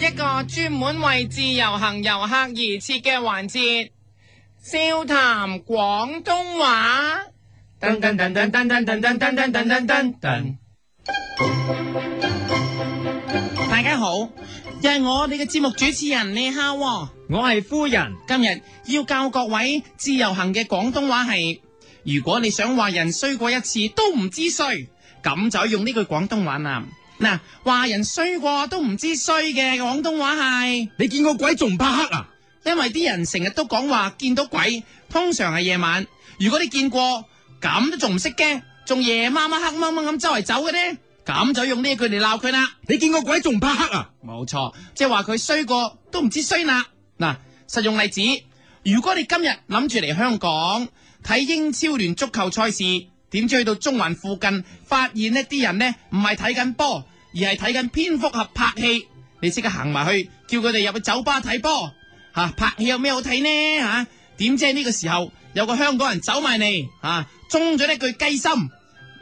一個專門為自由行遊客而設嘅環節，笑談廣東話。噔噔噔噔噔噔噔噔噔噔噔噔噔。大家好，又係我哋嘅節目主持人你好喎。我係夫人，今日要教各位自由行嘅廣東話係，如果你想話人衰過一次都唔知衰，咁就用呢句廣東話啦。嗱，話人衰過都唔知衰嘅廣東話係，你見過鬼仲唔怕黑啊？因為啲人成日都講話見到鬼，通常係夜晚。如果你見過，咁都仲唔識驚，仲夜媽媽黑掹掹咁周圍走嘅呢，咁就用呢一句嚟鬧佢啦。你見過鬼仲唔怕黑啊？冇錯，即係話佢衰過都唔知衰啦。嗱，實用例子，如果你今日諗住嚟香港睇英超聯足球賽事，點知去到中環附近，發現呢啲人呢唔係睇緊波，而係睇緊蝙蝠俠拍戲，你即刻行埋去叫佢哋入去酒吧睇波。吓、啊、拍戲有咩好睇呢？吓、啊，點知喺呢個時候有個香港人走埋嚟，吓、啊、中咗呢句雞心，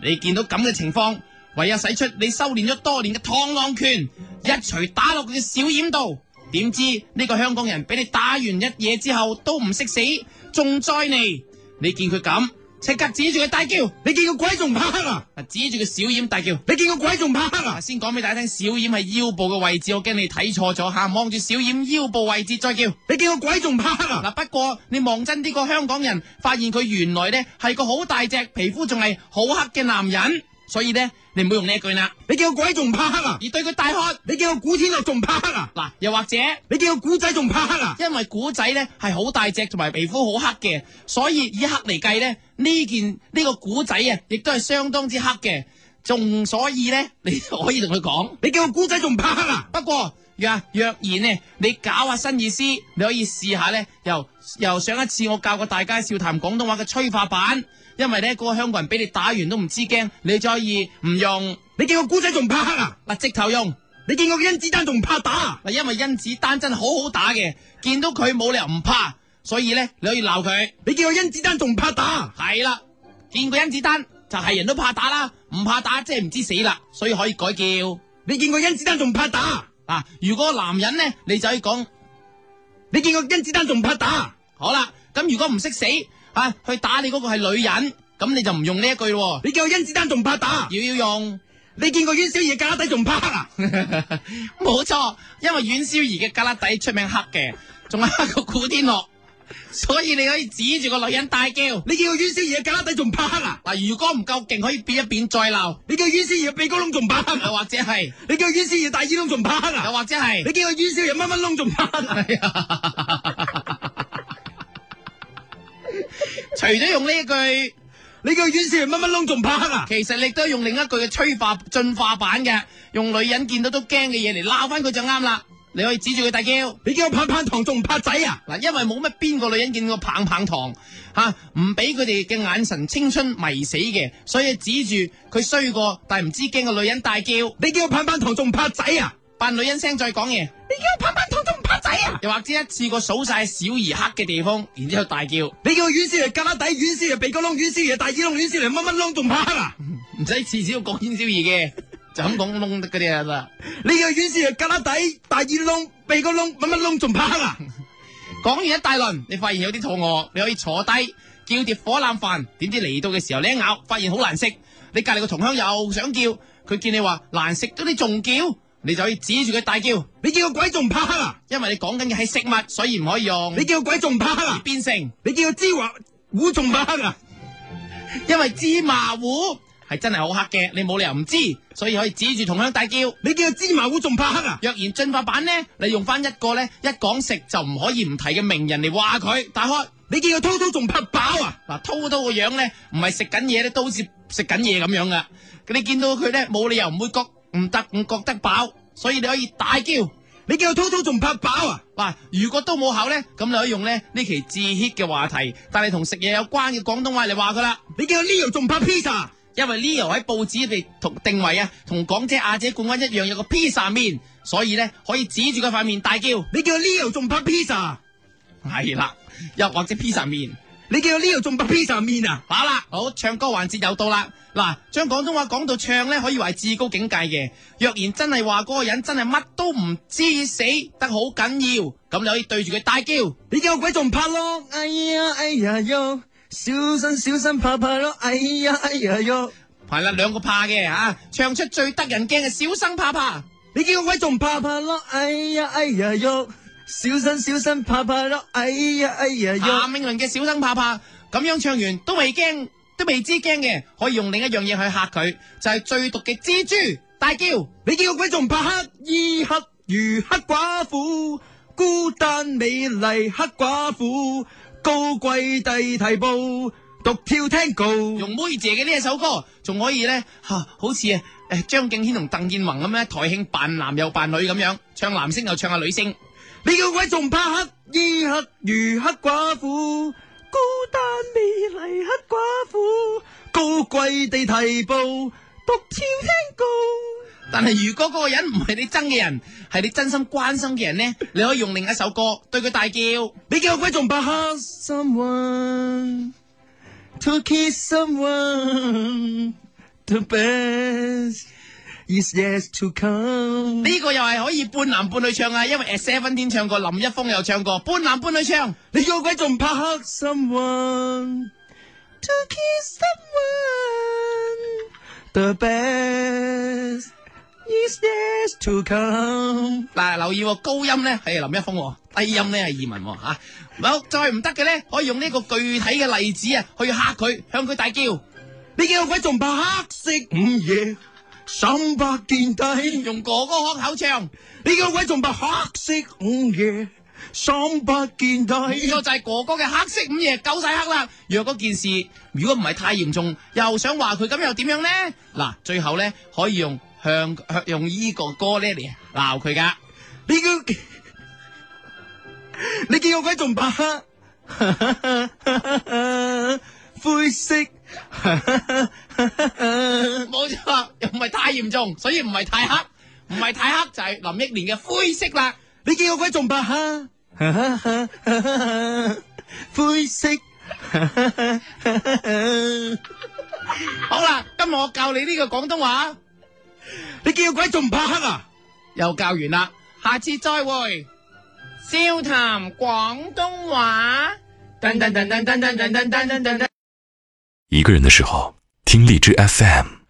你見到咁嘅情況。唯有使出你修煉咗多年嘅螳螂拳，一錘打落佢嘅小掩度。點知呢個香港人俾你打完一嘢之後都唔識死，仲再嚟。你見佢咁，即刻指住佢大叫，你見過鬼仲唔怕黑啊？啊，指住個小掩大叫。你見過鬼仲唔怕黑啊啊！？先講俾大家聽，小掩係腰部嘅位置，我驚你睇錯咗吓，望住小掩腰部位置再叫。你見過鬼仲唔怕黑啊？嗱，不過你望真啲個香港人，發現佢原來呢係個好大隻，皮膚仲係好黑嘅男人，所以呢，你唔好用呢一句啦，你見過鬼仲唔怕黑啊？而對佢大喝。你見過古天樂仲唔怕黑啊？嗱，又或者你見過古仔仲唔怕黑啊？因為古仔咧係好大隻同埋皮膚好黑嘅，所以以黑嚟計咧呢件呢、個古仔啊，亦都係相當之黑嘅。仲所以咧，你可以同佢講。你見過古仔仲唔怕黑啊？不過若若然呢，你搞下新意思，你可以試下咧，由由上一次我教過大家笑談廣東話嘅催化版，因為咧嗰、個香港人俾你打完都唔知驚，你再可以唔用你見過古仔仲唔怕黑啊？嗱直頭用。你見過甄子丹仲唔怕打啊？嗱，因為甄子丹真係好好打嘅，見到佢冇理由唔怕，所以咧你可以鬧佢。你見過甄子丹仲唔怕打啊？係啦，見過甄子丹就係人都怕打啦，唔怕打即係唔知死啦，所以可以改叫你見過甄子丹仲唔怕打啊？嗱。如果男人呢，你就可以講你見過甄子丹仲唔怕打啊？好啦。咁如果唔識死啊，去打你嗰個係女人，咁你就唔用呢一句咯，你見過甄子丹仲唔怕打啊？要要用。 你見過阮小儀嘅架底仲唔怕黑啊？冇錯，因為阮小儀嘅胳肋底出名黑嘅，仲黑過古天樂，所以你可以指住個女人大叫。你見過阮小儀嘅架底仲唔怕黑啊？嗱，如果唔夠勁，可以變一變再鬧，你見過阮小儀嘅鼻哥窿仲唔怕黑啊？又或者係，你叫阮小儀大耳窿仲唔怕黑又啊？或者係。你叫阮小儀乜乜窿仲唔怕黑啊？除咗用呢一句，你叫阮小儀乜乜窿仲唔怕黑啊？其實你都用另一句嘅催化進化版嘅，用女人見到都驚嘅嘢嚟鬧翻佢就啱啦。你可以指住佢大叫，你叫我棒棒糖仲唔怕仔啊？嗱，因為冇乜邊個女人見過棒棒糖吓，唔俾佢哋嘅眼神青春迷死嘅，所以指住佢衰過但係唔知驚嘅女人大叫，你叫我棒棒糖仲唔怕仔啊？扮女人聲再講嘢，你叫我棒棒糖仲唔怕仔啊？又或者一次過數晒小兒黑嘅地方，然之後大叫，你叫我阮小儀格拉底，阮小儀鼻哥窿，阮小儀大耳窿，阮小儀乜乜窿仲唔怕黑啊？唔使次次都講煙消兒嘅， 就咁講窿得嗰啲啊啦。你叫我阮小儀格拉底，大耳窿，鼻哥窿，乜乜窿仲唔怕黑啊？講完一大輪，你發現有啲肚餓，你可以坐低叫碟火腩飯。點知嚟到嘅時候，你一咬，發現好難食。你隔離個同鄉又想叫，佢見你話難食都你仲叫，你就可以指住佢大叫，你叫我鬼仲唔怕黑啊？因為你講緊嘅係食物，所以唔可以用。你叫我鬼仲唔怕黑而啊？變成，你叫我芝華糊仲唔怕黑啊？因為芝麻糊係真係好黑嘅，你冇理由唔知，所以可以指住同鄉大叫。你叫我芝麻糊仲唔怕黑啊？若然進化版呢，你用翻一個呢，一講食就唔可以唔提嘅名人嚟話佢，打開。你叫我滔滔仲唔怕飽啊？嗱，滔滔個樣咧，唔係食緊嘢咧，都好似食緊嘢咁樣噶。你見到佢咧，冇理由唔會覺唔得唔覺得飽，所以你可以大叫。你叫我滔滔仲唔怕飽啊？嗱，如果都冇口咧，咁你可以用咧呢期至 hit 嘅話題，但係同食嘢有關嘅廣東話嚟話佢啦。你叫我 Leo 仲唔怕啊 pizza？因為 Leo 喺報紙被同定位啊，同港姐亞姐冠軍一樣有個披薩面，所以咧可以指住佢塊面大叫，你叫我 Leo 仲唔怕啊 pizza？係啦，又或者披薩面。你叫我 Leo 仲唔怕 pizza 面啊？好啦，好唱歌環節又到啦，嗱，將廣東話講到唱咧，可以話係至高境界嘅。若然真係話嗰個人真係乜都唔知死得好緊要，咁你可以對住佢大叫。你叫我鬼仲唔拍咯？哎呀哎呀喲，小心小心怕怕咯！哎呀哎呀喲，係啦，兩個怕嘅啊，唱出最得人驚嘅小生怕怕。你叫我鬼仲唔怕怕咯？哎呀哎呀喲，小心小心怕怕咯！哎呀哎呀譚喲，詠麟嘅小生怕怕，咁樣唱完都未驚，都未知驚嘅，可以用另一樣嘢去嚇佢，就係、最毒嘅蜘蛛大叫。你叫我鬼仲唔怕黑衣黑如黑寡婦，孤單美麗黑寡婦，高貴低提步，獨跳 tango。用妹姐嘅呢一首歌，仲可以咧吓、好似啊誒張敬軒同鄧健泓咁咧，台慶扮男又扮女咁樣，唱男聲又唱下女聲。你叫鬼仲怕黑衣黑如黑寡婦，孤單美麗黑寡婦，高貴地提步，獨跳 tango。但係如果嗰個人唔係你憎嘅人，係你真心關心嘅人呢，你可以用另一首歌對佢大叫。你叫鬼仲怕黑 someone to kiss someone the best is yes to come。呢、個又係可以半男半女唱啊，因為 S Seven 天唱過，林一峰又唱過，半男半女唱。你叫鬼仲怕黑 someone to kiss someone the best is yes to come。嗱，留意喎，高音咧係林一峰喎，低音咧係葉文喎嚇。好，再唔得嘅咧，可以用呢個具體嘅例子啊，去嚇佢，向佢大叫，你叫鬼仲怕黑色午夜三百見底，哎用哥哥腔口唱。你叫鬼仲怕黑色午夜三百見呢底個。就係哥哥嘅黑色午夜夠晒黑啦。若嗰件事如果唔係太嚴重，又想話佢咁又點樣呢？嗱，最後呢，可以用向向用依個歌咧嚟鬧佢噶。 你叫你叫鬼仲怕黑 灰色 冇錯，又唔係太嚴重，所以唔係太黑，唔係太黑就係林憶蓮嘅灰色啦。你叫我鬼仲白哈， 灰色。 好啦，今日我教你呢個廣東話你叫我鬼仲白黑啊？又教完啦，下次再會。笑談廣東話。一个人的时候，听荔枝 FM。